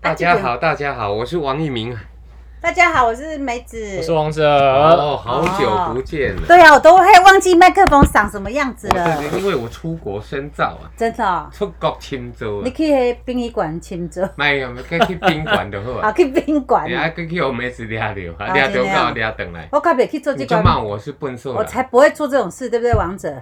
大啊家这边好，大家好，我是王一鸣。大家好，我是梅子。我是王者，哦，好久不见了。对啊，我都会忘记麦克风长什么样子我了，最近因为我出国深造啊，真的哦、出国深造啊你，去那殡仪馆请坐， 没有，该去宾馆就好啊，啊。去殡仪馆你。还去去我妹子抓着，啊啊抓着真的啊到抓回来，我可别去做你这就个，骂我是笨兽我了。才不会做这种事，对不对，王者？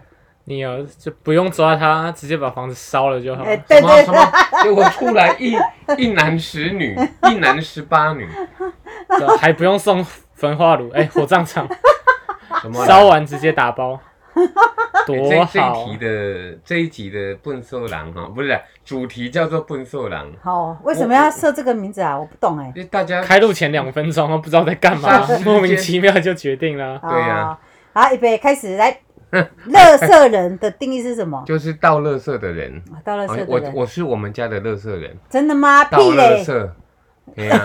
你有就不用抓他，直接把房子烧了就好。哦哎、什对么对什对，么？结果出来一一男十女，一男十八女，对吧还不用送焚化炉，哎、火葬场什么啦？啊 烧完直接打包，欸多这这一好啊题！的这一集的笨兽狼哈，不是主题叫做笨兽狼， 好、为什么要设这个名字啊？我不懂哎、因为大家开录前两分钟都不知道在干嘛霎时，间莫名其妙就决 定了。哦对啊好，预备开始来。乐色人的定义是什么？ 就是倒垃圾的人。啊到乐色哦我的人，我是我们家的垃圾人，真的吗？屁倒垃嘞！圾。对 呀，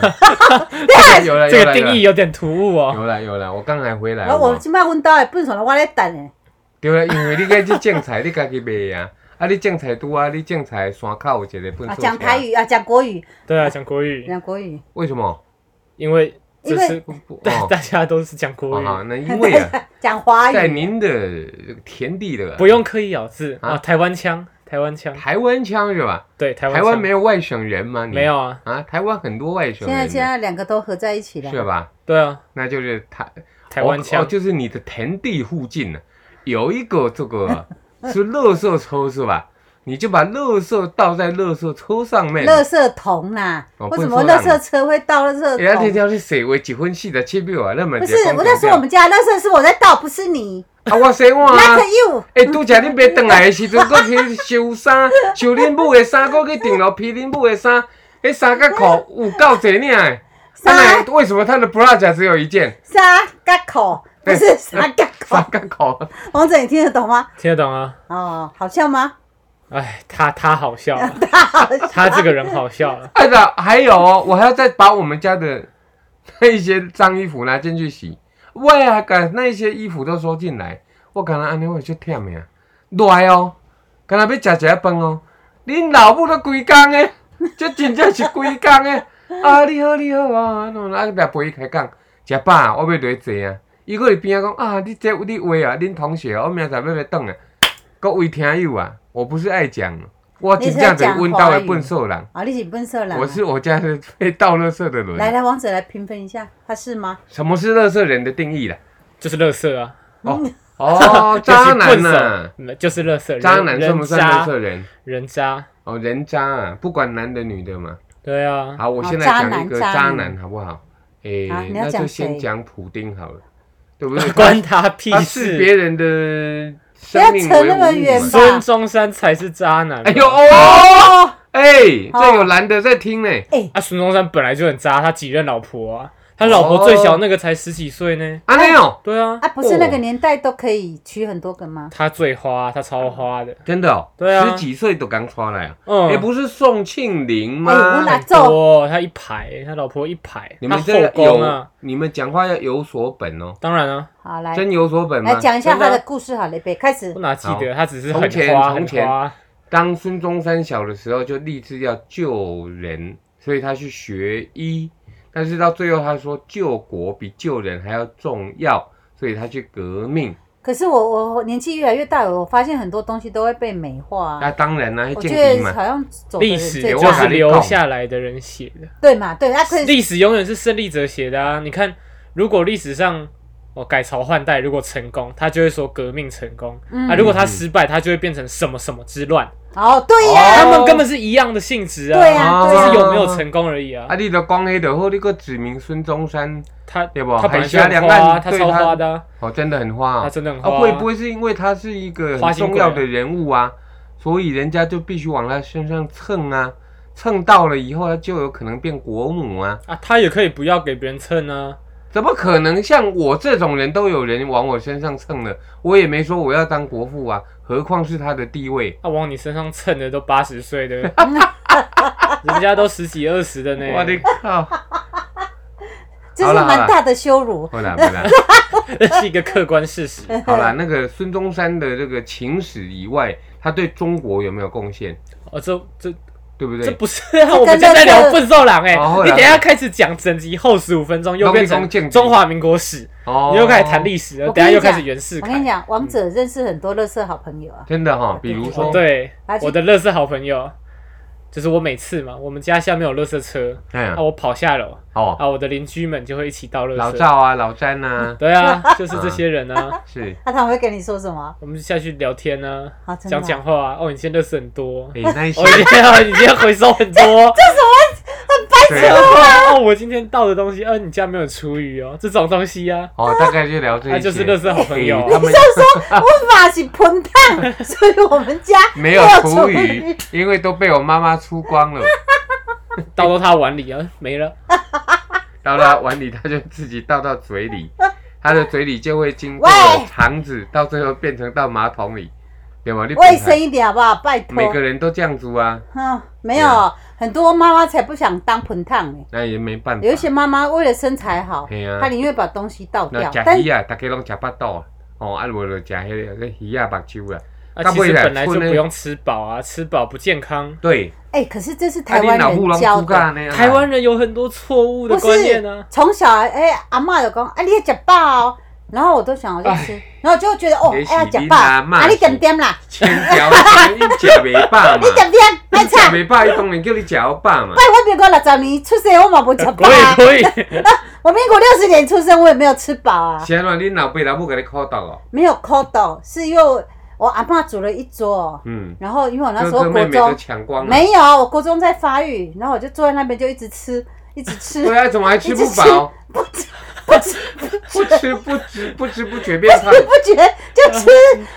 有了这有个了定义有点突兀哦。有了有了，我刚才回来然后我哦，即摆阮兜的粪扫，我咧等诶。对了，因为你该去种菜，你家己卖啊，啊你种菜拄啊，你种菜山口有一个粪啊，扫讲车台，语啊，讲国语，对啊，讲国语，讲国语。为什么？因为这是不 不大哦，大家都是讲国哦语，好，那因为啊， 讲华在语。您的田地的不用刻意咬字啊啊。台湾腔，台湾腔，台湾腔是吧？对，台湾台腔湾没有外省人吗？你没有啊？啊，台湾很多外省现人在的，现在两个都合在一起了。是吧？对啊，那就是台台湾哦哦腔，就是你的田地附近呢、啊有一个这个 是垃圾车是吧？你就把垃圾倒在垃圾车上面，垃圾桶啦，哦为什不么是说垃让圾车会倒人垃家哎这圾桶？条是谁为几分细的切表啊？那么不是，我在说我们家垃圾是我在倒，不是你。啊，我洗碗 Not 啊。 you。 哎，拄则恁爸转来的时阵，搁去收衫，收恁母的衫，搁去顶楼披恁母的衫，迄衫甲裤有够侪领的。 啊衫那为什么他的 bra 只有一件？沙嘎口，不是沙嘎衫甲口。裤。 王者，你听得懂吗？听得懂啊？哦，好笑吗？ 哎，他他好笑了，他这个人好笑啊了。 哎的，还有哦，我还要再把我们家的 那一些脏衣服拿进去洗，我也还把那一些衣服都收进来，我感觉安尼我就忝的啊，热哦，敢若要食一下饭哦，恁老母都规工的，这真正是规工的。 啊，你好，你好啊，安怎啊，来陪伊开讲，食饱啊，我要落去坐啊。伊搁伫边仔讲啊，你这你话啊，恁同学，我明仔载要来转啊，搁为听友啊，我不是爱讲，我真正就是阮兜的笨兽人。啊，你是笨色狼啊。我是我家是被倒垃圾的来人。来，王者来评分一下，他是吗？什么是垃圾人的定义啦？就是乐色啊，嗯哦哦，就是渣男笨手呐、嗯就是乐色，人渣男算不算垃圾人渣？人？人渣，哦，人渣啊，不管男的女的嘛。对啊，？好，我哦现在渣讲男一个渣渣女男好不好？诶、啊你那要就讲先谁讲普丁好了，对 不对 关他屁他视事。别人的不要生命扯为那么无物远嘛。吧孙中山才是渣男吧。啊哎呦哦，哎、这哦有男的在听呢、哎，啊，孙中山本来就很渣，他几任老婆啊，他老婆最小那个才十几岁呢。啊没有，对啊，啊，不哦是那个年代都可以娶很多个吗？他最花，他超花的。真的哦，对啊十几岁都刚出来啊。嗯，也、不是宋庆龄吗？哎我哪很多，他一排，他老婆一排，你们他这后个宫有啊。，你们讲话要有所本哦，当然啊，好，来真有所本吗来？讲一下真的他啊的故事好了，预备开始我。哪记得？他只是很从前花，从很前花。当孙中山小的时候就立志要救人，所以他去学医，但是到最后他说救国比救人还要重要，所以他去革命。可是我我我年纪越来越大，我发现很多东西都会被美化那、啊。当然啦、啊，我建觉兵得嘛，好像走的历人史最我就跟大是你留讲下来的人写的。对嘛？对，那可以历史永远是胜利者写的啊！你看，如果历史上哦改朝换代如果成功，他就会说革命成功、嗯啊；如果他失败，他就会变成什么什么之乱。哦，对哦呀，他们根本是一样的性质啊，对啊只对啊是有没有成功而已啊。啊，你都讲黑的，后你个指明孙中山，他对吧他本来就海峡很两花、啊，岸他对超他花的啊、哦，真的很花哦他真的很花、啊，会不会是因为他是一个花很心重鬼要的人物啊，所以人家就必须往他身上蹭啊，蹭到了以后他就有可能变国母啊？啊？他也可以不要给别人蹭啊。怎么可能像我这种人都有人往我身上蹭了？我也没说我要当国父啊，何况是他的地位。他、啊往你身上蹭的都八十岁的，哦 嗯人家都十几二十的呢。我的靠！这是好啦好蛮啦大的羞辱。好啦，好啦， 这是一个客观事实。好啦。那个孙中山的这个情史以外，他对中国有没有贡献？哦，这这对不这对？不是啊，我跟们现那个在聊笨兽狼哎、哦后来你等一下开始讲整集后十五分钟又农变历公成建中华民国史，哦你又开始谈历史了，我等跟一下你又讲开始袁世哦我跟你凯。讲，嗯王者认识很多乐色好朋友啊，真的哈、比如哦说，对而，且我的乐色好朋友，就是我每次嘛，我们家下面有乐色车，哎呀啊，我跑下楼，哦，啊，我的邻居们就会一起倒乐老色。赵啊，老詹 啊，对啊，就是这些人 啊，是，那、他们会跟你说什么？我们就下去聊天啊啊，真的讲啊讲话啊。哦，你今天乐色很多，哦，哎、那一些你今天哦 你今天回 收很多。对啊，哦，我今天倒的东西，呃，你家没有厨余哦，这种东西啊，哦，大概就聊这一他些，就是乐色好朋友啊哎。他们我法是 喷烫，所以我们家没有厨余 余，因为都被我妈妈出光了，倒到他碗里啊，没了。倒到碗里，他就自己倒到嘴里，他的嘴里就会经过喂肠子，到最后变成到马桶里，对吗？你卫生一点好不好？拜托。每个人啊都这样子啊，嗯，没有，很多妈妈才不想当盆烫呢。那也没办法。有一些妈妈为了身材好，嘿啊她宁愿把东西倒那掉。但食鱼啊，大家拢食巴肚啊，哦，啊，无就食迄个迄鱼啊、目睭啊，啊，干其不实起来本来就出呢不用吃饱啊，吃饱不健康。对，哎、可是这是啊，台你湾脑部人拢教出的，干呢？啊台湾人有很多错误的不观念是啊。从小哎、阿嬷就讲，啊，你要吃饱哦。然后我都想我就吃，然后就觉得哦，啊也是哎呀，吃你饱，阿嬷啊，你点点啦，千条 一食袂饱嘛你，点点，你哎食菜，袂饱，伊当然叫你食好饱嘛哎，，我民国六十年出生，我嘛无吃饱可 以啊，可以，我民国六十年出生，我也没有吃饱啊，是安怎？恁老爸老母甲你苦斗哦，没有抠到，是因为我阿嬷煮了一桌，嗯，然后因为我那时哥候哥国妹妹都中。抢光了，没有，我国中在发育，然后我就坐在那边就一直吃，一直吃，对啊，怎么还吃不饱？ 不知不知不吃不知不知不觉变胖，不觉就吃，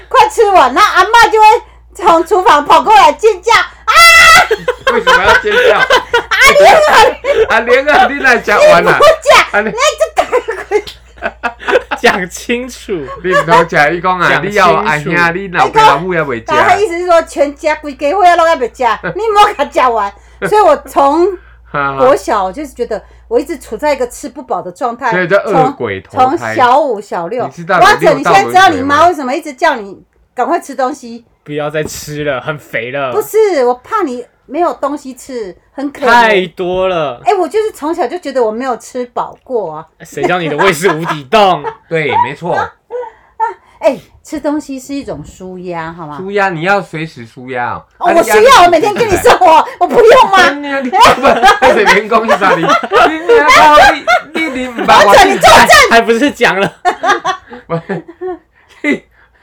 快吃完，那阿嬷就会从厨房跑过来尖叫，啊，为什么要尖叫？阿玲啊，阿玲啊，你来食完啦我，讲，阿玲。那就打滚， 讲清楚。你唔通食，伊讲啊，讲你要阿清楚兄，你老爸老母也未食，然后他意思是说全家规家伙都要被夹，你莫给他夹完， 所以我从哈哈国小就是觉得我一直处在一个吃不饱的状态，所以叫恶鬼投从胎从小五小六，你知道有王者，六你道现在知道轮你回妈吗为什么一直叫你赶快吃东西？不要再吃了，很肥了呃不，是，我怕你没有东西吃，很可太怜。多了。哎、我就是从小就觉得我没有吃饱过啊。谁叫你的胃是无底 洞？对，没错，哎、吃东西是一种舒压，好吗？舒压你要随时舒压哎哦。哦，我需要，我每天跟你说。生活，我不用吗？你啊，你不是员工是啥哩？你你靠你你你唔哎把我这你坐还这，还不是讲了？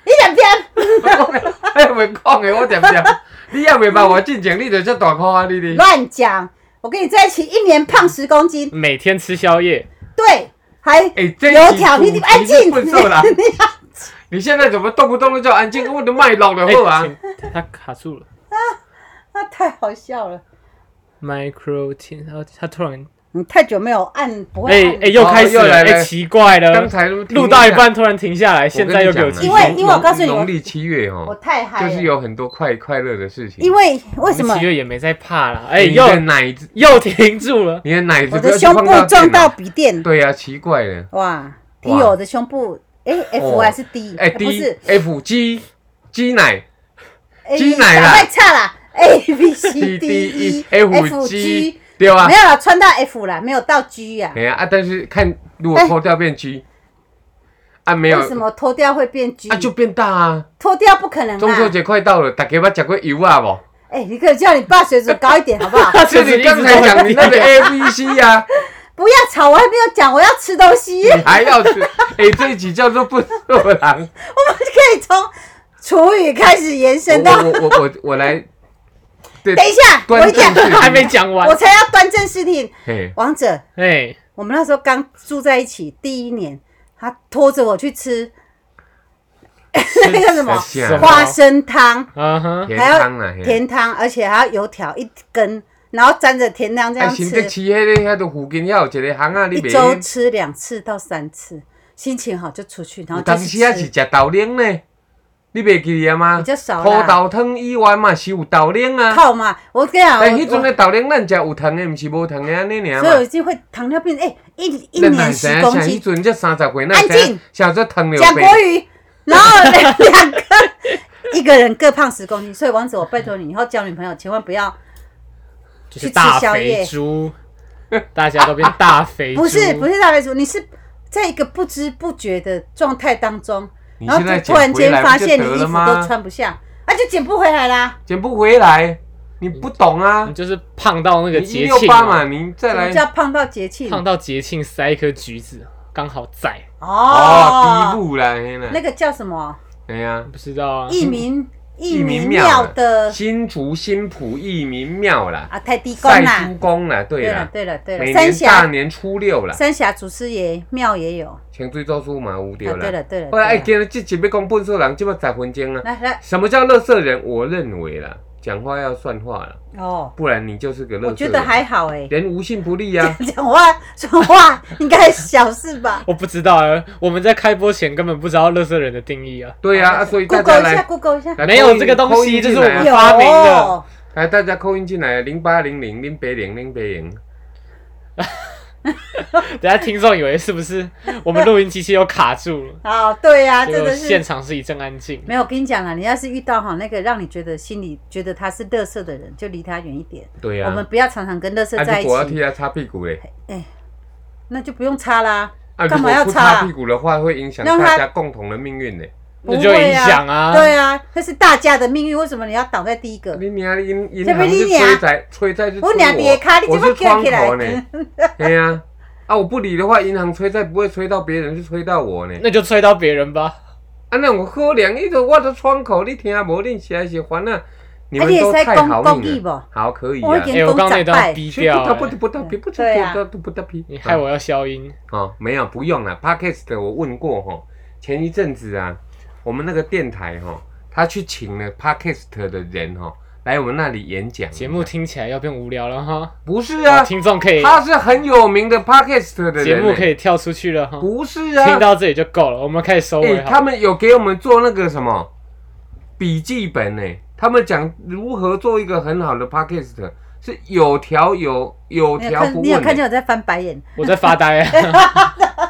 你两边，哎，袂讲 诶，我点点，你也袂把我进前，你就这大块啊，你 你。乱讲！我跟你在一起一年胖十公斤，每天吃宵夜，对，还哎，这油条，你你安静，笨你兽 啦！你你现在怎么动不动就叫安静？我的麦老了好啊哎！请他卡住了。那太好笑了。 Micro 天，然后哦他突然，你太久没有按，不会哎按。哎，又开始哦又了，来了哎，奇怪刚了，才录录到一，半突然停下来，现在又给我跟继你续讲啊因。为因为我告诉你农历七月哦，我太嗨就了，是有很多快快乐的事情。因为为什我们么七月也没在怕了，哎，你又的奶子，又停住了。你的奶子我不要的去胸碰部到撞电脑到笔电？对呀，奇怪了。哇，听友的胸部，哎、f 还是 D？哎不，D 是 F 鸡鸡奶， A 鸡奶啦太差啦，A B C C D D E E F G， G，对吧没？有啦，穿到 F 啦，没有到 G 呀、哎呀啊，但是看如果脱掉变 G，啊没有哎为什么脱掉会变 G？啊就变大啊。脱掉不可能中秋啦！节快到了，大家捌吃过油啊不？哎、你可以叫你爸水准高一点好不好？他所以你刚才讲你那个 A B C 呀，不要吵，我还没有讲我要吃东西，你还要吃？哎，这一集叫做不做狼。 可以从厨余开始延伸到。我我我我我来，对 等一下，我端讲正，视还没讲完我。才要端正视听。嘿，王者，哎，我们那时候刚住在一起第一年，他拖着我去吃 那个什么吃什么花生汤，嗯哼，甜还汤要啦，嘿。甜汤，而且还要油条一根，然后沾着甜汤这啊，样新竹吃，市迄个遐都附近遐有一个巷啊，你一袂？周吃两次到三次，心情好就出去，然有后就当是时啊是吃。食豆奶呢，你袂记得吗？比较少啦土豆汤以外嘛是有豆奶啊，哎靠嘛，我跟你讲，但迄我阵我的豆奶咱食有糖的，毋是无糖的安尼尔所以我嘛。已经会糖尿病，哎，一一咱啊哪年知十影公像迄斤，阵才三十岁，哪安知影静像做糖尿讲病国？语，然后两个一个人各胖十公斤，所以王子，我拜托你以后交女朋友千万不要就是去吃大宵肥夜猪， 大家都变大肥猪，不是不是大白鼠，你是在一个不知不觉的状态当中，你然后现就在突然捡回来间发不就现你得了衣服都吗？穿不下，啊，就捡不回来啦。捡不回来，你不懂啊你！就是胖到那你嗯个一节六庆八啊嘛，你再什么来叫胖到节气？胖到节庆塞一颗橘子，刚好在，哦，第一哦，步啦，嘿啦那个叫什么？哎呀，不知道啊，？一民一民民庙庙啊的新竹新浦义民庙啦，啊，泰迪公赛啦猪。公啦，对对了，啦，对了，对每了，三年大峡年初六啦，三峡祖师爷庙也有。啊，前最做出嘛有对对啦。了，对了。后来哎，对了今日这集要讲笨色人，这么十分钟啊！来来，什么叫乐色人？我认为啦，讲话要算话啦，哦，不然你就是个乐色人。我觉得还好哎，！人无信不立啊 讲话说话应该小事吧我不知道啊，我们在开播前根本不知道乐色人的定义啊，对呀、啊，所以大家 Google 一下来，Google 一下，来没有这个东西 call in 这是进来啊我们发明的有，来大家扣音进来，啊零八零零零八零零八零，等下听众以为是不是我们录音机器又卡住了 哦，对呀，结真果的现是。场是一阵安静。没有，我跟你讲了，你要是遇到哈那个让你觉得心里觉得他是乐色的人，就离他远一点。对啊呀、我们不要常常跟乐色啊，在一如果要替起，他擦屁股嘞，那就不用擦啦。啊，如干果嘛要不擦啊擦屁股的话，会影响让大他家共同的命运嘞。那就影响啊不会对啊，那是大家的命运，为什么你要挡在第一个？你娘的银银这不行是是你催啊债，催债是催我俩别卡，你我怎是么窗卷起口呢 来？？对呀、啊，啊，我不理的话，银行催债不会催到别人，是催到我呢。那就吹到别人吧，啊，那我喝两一个我的窗口，你听无，你实在是烦啊！你们啊你都也是太讲好国命语了不，好可以我会啊给。哎、你我刚刚那讲段长辈逼去不掉、得不得欸，不得，别不对得啊不得不得皮。你害我要消音，哦，没有，不用了。Podcast 我问过哈，前一阵子啊，我们那个电台哈，他去请了 Podcast 的人哈来我们那里演讲。节目听起来要变无聊了哈。不是啊好，听众可以他是很有名的 Podcast 的人欸。节目可以跳出去了哈，不是啊，听到这里就够了，我们开始收哎、尾好了。他们有给我们做那个什么笔记本呢、他们讲如何做一个很好的 podcast，是有条有 有你有条不看，你紊、有看见欸。我在翻白眼？我在发呆、啊，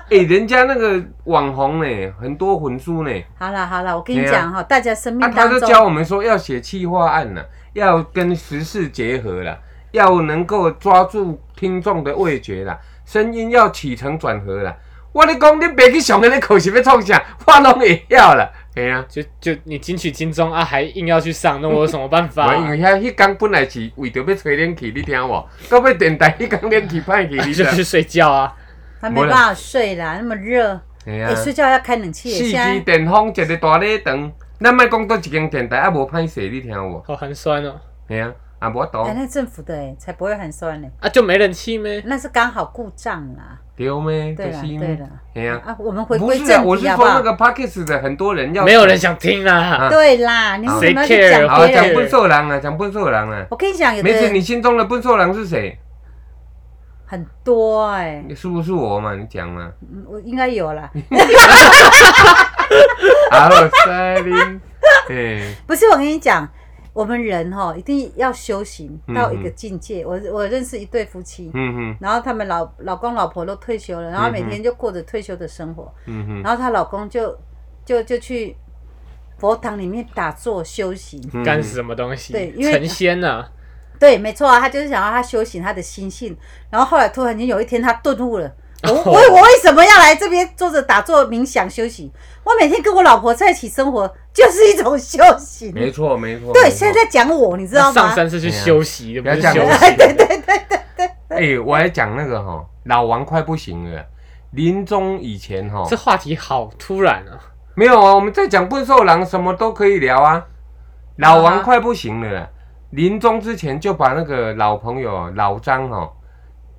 哎、人家那个网红呢、很多混书呢、好了好了，我跟你对啊讲哈，大家生啊，命他当就中，教我们说要写企划案呢、要跟时事结合啦，要能够抓住听众的味觉啦，声音要起承转合啦。我咧讲，你别去想那口是要创啥，我拢会晓啦。哎呀、就就你金曲金钟啊，还硬要去上，那我有什么办法、 我因为遐迄工本来是为着要吹冷气，你听无？到尾电台迄工冷气歹去，你 知就道？去睡觉啊。还没办法睡啦，那么热，哎哎、呀，睡觉要开冷气耶。四现支在电风，一个大礼堂，咱莫讲到一间电台啊，无歹势，你听无？好寒酸哦。哎呀，啊无哎、懂，那政府的哎、才不会寒酸呢、啊，就没人气咩？那是刚好故障啦。对咩？就对啦是对啦，哎呀，啊，我们回不归是啊，正我是题好说不那好？个 p o d c a s 的很多人要没有人想听啦。啊对啦，你为什谁么要去 care？讲好别讲人？笨兽人啊，讲笨兽人啊。我跟你讲，有梅的子，你人心中的笨兽人是谁？很多哎、是不是我嘛？你讲 嘛。嗯我应该有啦。啊，我塞林，哎，不是我跟你讲，我们人哈一定要修行嗯到一个境界。我我认识一对夫妻，嗯哼，然后他们老老公老婆都退休了，然后每嗯哼天就过着退休的生活。嗯哼，然后她老公就就就去佛堂里面打坐修行。嗯哼干死什么东西？对因为成仙呐、啊，对，没错啊，他就是想要他修行他的心性。然后后来突然间有一天，他顿悟 了。我我我为什么要来这边坐着打坐冥想休息？我每天跟我老婆在一起生活，就是一种休息。没错没错。对，没错现在在讲我，你知道吗上？山是去休息的，不要不是这休样息。对对哎、我还讲那个哈，老王快不行了。临终以前哈这，话题好突然啊！没有啊，我们在讲笨兽狼，什么都可以聊啊。老王快不行了啦，临终之前就把那个老朋友老张哈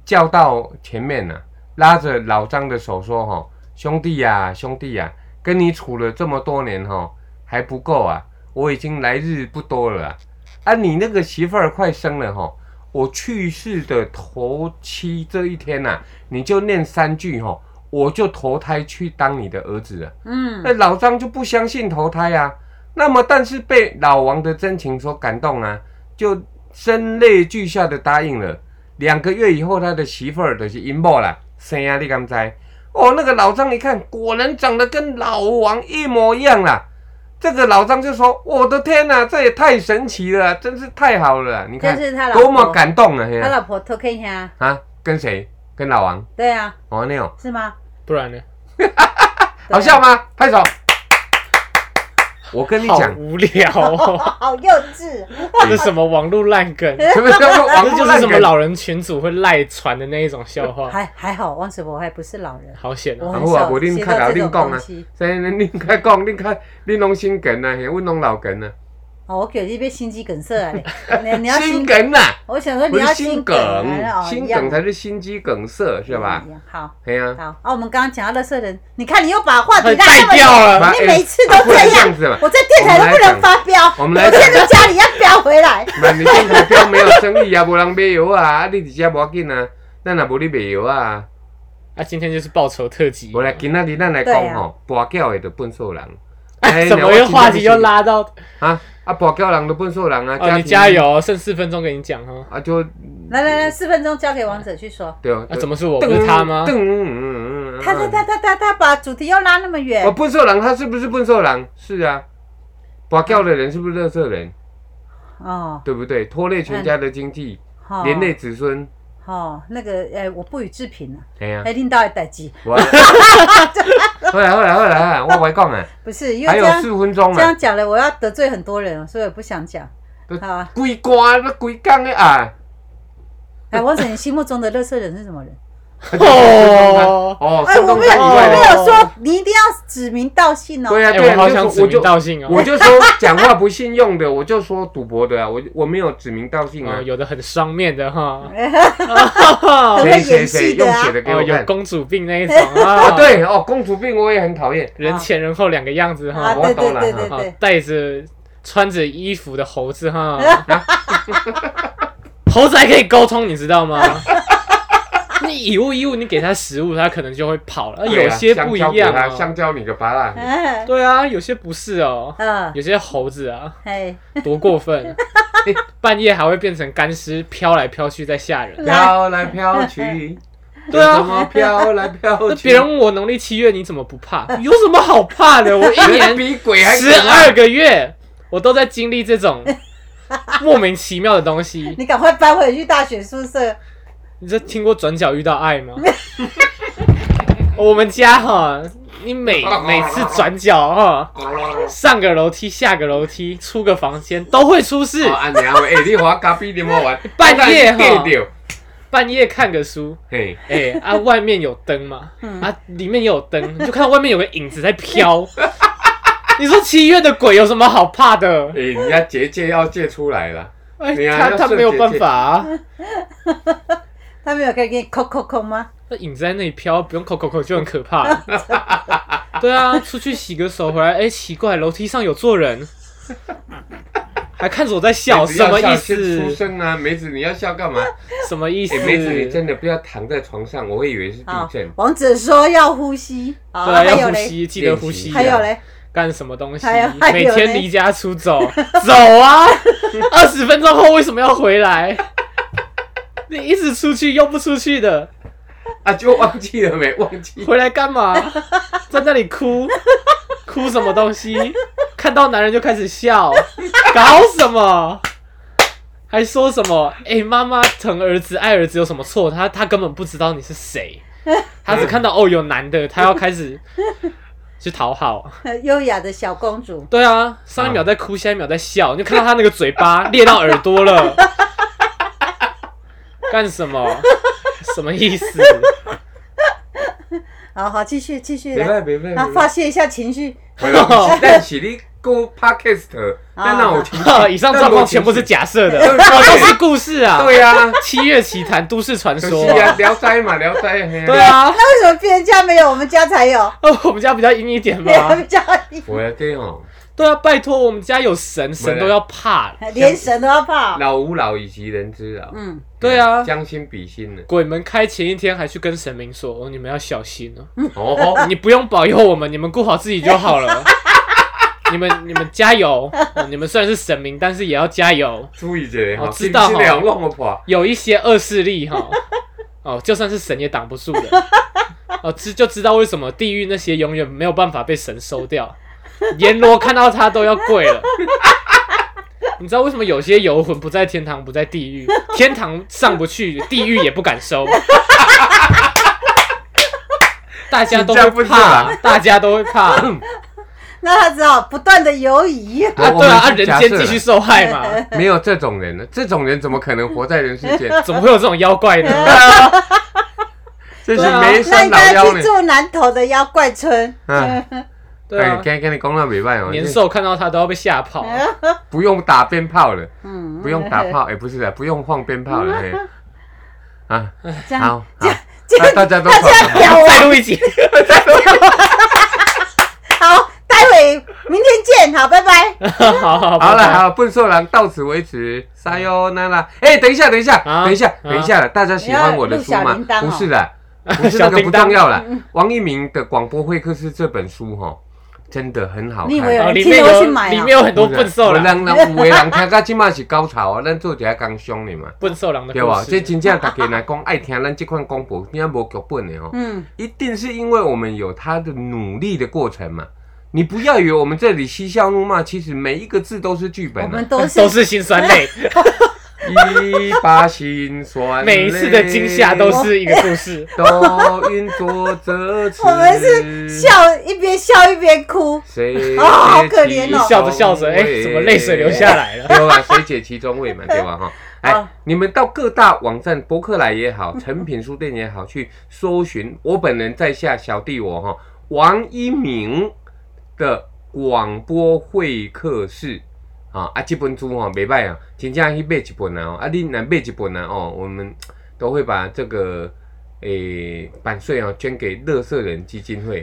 叫到前面了、拉着老张的手说哈，兄弟呀、兄弟呀、跟你处了这么多年哈，还不够啊，我已经来日不多了啊，啊你那个媳妇儿快生了哈。我去世的头七这一天呐、啊你就念三句吼，我就投胎去当你的儿子啊了。嗯，那老张就不相信投胎啊。那么，但是被老王的真情所感动啊，就声泪俱下的答应了。两个月以后，他的媳妇儿就是阴谋啦，生啊，你敢知？哦，那个老张一看，果然长得跟老王一模一样啦。这个老张就说：“我的天呐、这也太神奇了，啊真是太好了！啊你但看是他老多么婆，感动啊！嘿他啊老婆偷看一下啊，啊，跟谁？跟老王对啊，哦那种，是吗？不然呢？对啊好笑？吗？拍手！我跟你好讲，无聊 哦，好幼稚，这什么网络烂梗？什么叫做王不这就是烂什么梗？老人群主会赖传的那一种笑话， 还还好，汪水博还不是老人，好险我哦！很好啊少不然接较到老这种恁讲啊东西。所以恁较讲，恁较恁拢心梗啊，嘿，阮拢老梗啊，哦，我给你被心肌梗塞啊！你你要心心，梗啊，我想说不你是要心梗啊，梗，哦心一样梗才是心肌梗塞是吧一？样好。嘿啊，好啊，我们刚刚讲到乐色人，你看你又把话题他拉那么带掉了你每次都啊不能这样子嘛。我在电台都不能发飙，我们来讲现在家里要飙回来。 那你进口标没有生意啊，无人买药啊，啊你伫遮无要紧啊，咱也无你卖药啊。啊，今天就是报仇特辑无，来今仔日咱来对讲啊吼，跋筊的就笨手人。哎怎么又话题又？我拉到？啊啊，跋筊人就笨手人啊。哦，你庭加油，剩四分钟给你讲哦。啊！就来来来，四分钟交给王者去说。对哦啊，怎么是我？不是他吗？噔嗯嗯嗯嗯他他他他他他把主题又拉那么远我，哦笨手人，他是不是笨手人？是啊。跋筊的人是不是乐色人？哦，对不对？拖累全家的经济，哦连累子孙。哦，那个呃，我不予置评了，哎呀，还听到代机，我 后来后来后来，我来讲啊，不是因为还这有样四分钟这啊样。讲了，我要得罪很多人，所以我不想讲。都好啊，规官，那规工的啊！哎，王者，你心目中的乐色人是什么人？哦哦，哎，我没有，以我外没的，有说你一定要指名道姓哦。对啊，哎，对啊，我好想指我就名道姓我哦。就说讲话不信用的，我就说赌博的啊，我我没有指名道姓啊哦，，有的很双面的哈，很哦，会啊谁演谁谁戏用的啊写，的给我有看公主病那一种啊啊，， 对哦，公主病我也很讨厌，人前人后两个样 子啊，哈，对对对对我啊 对，带着穿着衣服的猴子哈， 猴子还可以沟通，你知 道吗？你以物易物，你给它食物，它可能就会跑了。啊对有啊些不一香蕉样给他哦，香蕉你个巴 拉，嗯对啊，有些不 是哦，嗯，有些猴子啊，哎，多 过分！哎半夜还会变成干尸，飘来飘去在吓 人。飘来飘去， 对啊有什么飘来飘那去，别人问我农历七月你怎么不怕？有什么好怕的？我一 年比鬼还可十怕二个月，我都在经历这种莫名其妙的东西。你赶快搬回去大学宿舍。你这听过转角遇到爱吗？ 我们家哈，你每每次转角哦哈，上个楼梯，下个楼梯，出个房间都会出事哦。啊，娘喂，哎，你华咖啡啉不完， 半夜我让你哈戒掉半夜看个书，嘿，哎、啊，外面有灯嘛，嗯啊，里面也有灯，你就看到外面有个影子在 飘。你说七月的鬼有什么好怕的哎，？人家结界要借出来了。哎你，啊他要他设没有结办界法啊。他没有可以给你扣扣扣吗？那影子在那里飘，不用扣扣扣就很可怕 了。对啊，出去洗个手回来，哎、奇怪，楼梯上有坐人，还看着我在笑，梅子什要么意笑先出思？声啊，梅子你要笑干嘛？什么意思？哦哎，梅子你真的不要躺在床上，我会以为是地好震，。王子说要呼吸，好，对啊，还要有呼嘞，吸，记得呼吸、啊还有嘞， 干什么东西还有？还有嘞每天离家 出走，走啊！二十分钟后为什么要回来？ 你一直出去又不出去的，啊，就忘记了没？ 忘记。回来干嘛？在那里哭，哭什么东西？看到男人就开始笑，搞什么？还说什么？哎、妈妈疼儿子，爱儿子有什么错？他他根本不知道你是谁，他只看到哦有男的，他要开始去讨好。优雅的小公主，对啊，上一秒在哭，下一秒在笑，你就看到他那个嘴巴裂到耳朵了，干什么？什么意思？好哦好继续继续别来，办别办，然后别发办泄一下情绪，回 来但是你go podcast，但让我听。 以上状况全部是假设的，对 都是故事啊。对呀，七月奇谈、都市传可说啊惜， 呀，啊聊斋嘛，聊斋。嘿对，啊，那为什么别人家没有，我们家 才有？ 哦，我们家比较阴一点 别嘛。人家我要这样，对啊，拜托，我们家有神，神都要怕。连神都要 怕，老吾老以及人之老。嗯，对啊，将心比心呢。鬼门开前一天还去跟神明说：“哦，你们要小心哦，哦，你不用保佑我们，你们顾好自己就好了。 你们你们加油、哦你们虽然是神明，但是也要加油。注意一下，我哦知道啊是两弄我破。有一些恶势力哈，哦，就算是神也挡不住的。哦，知就知道为什么地狱那些永远没有办法被神收掉。阎罗看到他都要跪了。你知道为什么有些游魂不在天堂不在地狱，天堂上不去，地狱也不敢收。大家都你这样会不是怕啊，大家都会怕啊！那他只好不断的 游移。我对啊，我啊，们是人假间设继啦续受害嘛，没有这种人呢，啊这种人怎么可能活在人世间？怎么会有这种妖 怪呢？这对是啊没那山应老该妖去呢。住南投的妖怪村。嗯，对啊，刚跟你讲那没办法，年兽看到他都要被吓跑。啊不用打鞭炮了，嗯，不用 打炮，哎，不是的，不用放鞭炮了，嘿。啊， 这样。好，好，这大样大家都 大跑 家了，表完再录一集， 好，待会明天见，好，拜拜。 好好好好拜了，拜好，笨兽狼到此为止，撒哟那拉。哎，等一下，等一下，啊等一下，啊等一下了，大家喜欢我的书你要吗录小铃铛？哦不是的， 不是那小个不叮重当。要了。王一鸣的广播会客室这本书哈，真的很好看。你以为有哦，人里听面了会去有买里啊面？有很多笨兽我狼，人人有的人听到即马是高潮啊，咱做一下刚凶的嘛，笨兽狼的对吧故？这事。真正大家来讲爱听咱这款广播，应该无剧本的 哦，嗯，一定是因为我们有他的努力的过程嘛。你不要以为我们这里嬉笑怒骂，其实每一个字都是剧我本啊们，都是都是辛酸 泪，一把辛酸泪，每一次的惊吓都是一个故事。都运作着此。我们是笑一边笑一边哭。谁啊好可怜解哦其笑着笑中着，哎、味怎么泪水流下来 了？对吧？谁解其中味嘛，对吧？哈， 哎好，你们到各大网站，博客来也 好，成品书店也好，去搜寻我本人在下小弟我哈王一鸣的广播会客室。啊啊，这本书哈没歹啊，真正去买一本啊，哦啊你若买一本啊哦，我们都会把这个诶、版税哦捐给乐色人基金 会。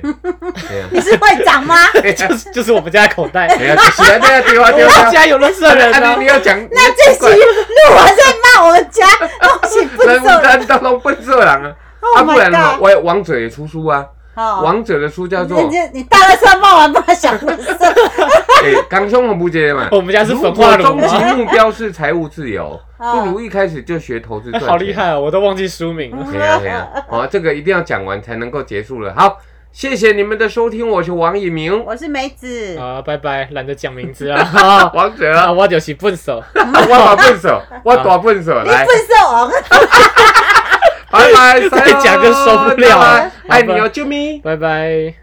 对啊，你是会长吗？哎就是就是我们家的口 袋，哎呀，就是啊，对啊，对啊，对 我啊对啊们。家有乐色人啊，啊你你，要讲，那这集录完再骂我们家东西 不人走。人都都笨色狼啊！啊， Oh 不然 my 呢？ god！哦我王者也出书啊，好王者的书叫做你你大乐色骂完骂小乐色， 诶，港兄我不接嘛。 我们家是如焚果化炉终极吗？目标是财务自由，啊不如一开始就学投资哎赚钱。好厉！害哦，我都忘记书 名了。哎呀哎 呀，好，这个一定要讲完才能够结束了。好，谢谢你们的收听，我是王以 明，我是梅子，啊，拜拜，懒得讲名字啊。啊王者啊，啊，我就是笨手，我大笨手，我大笨手，你来，笨色王，拜拜， 再讲就受不了了拜拜爱你哦，啾咪。拜拜。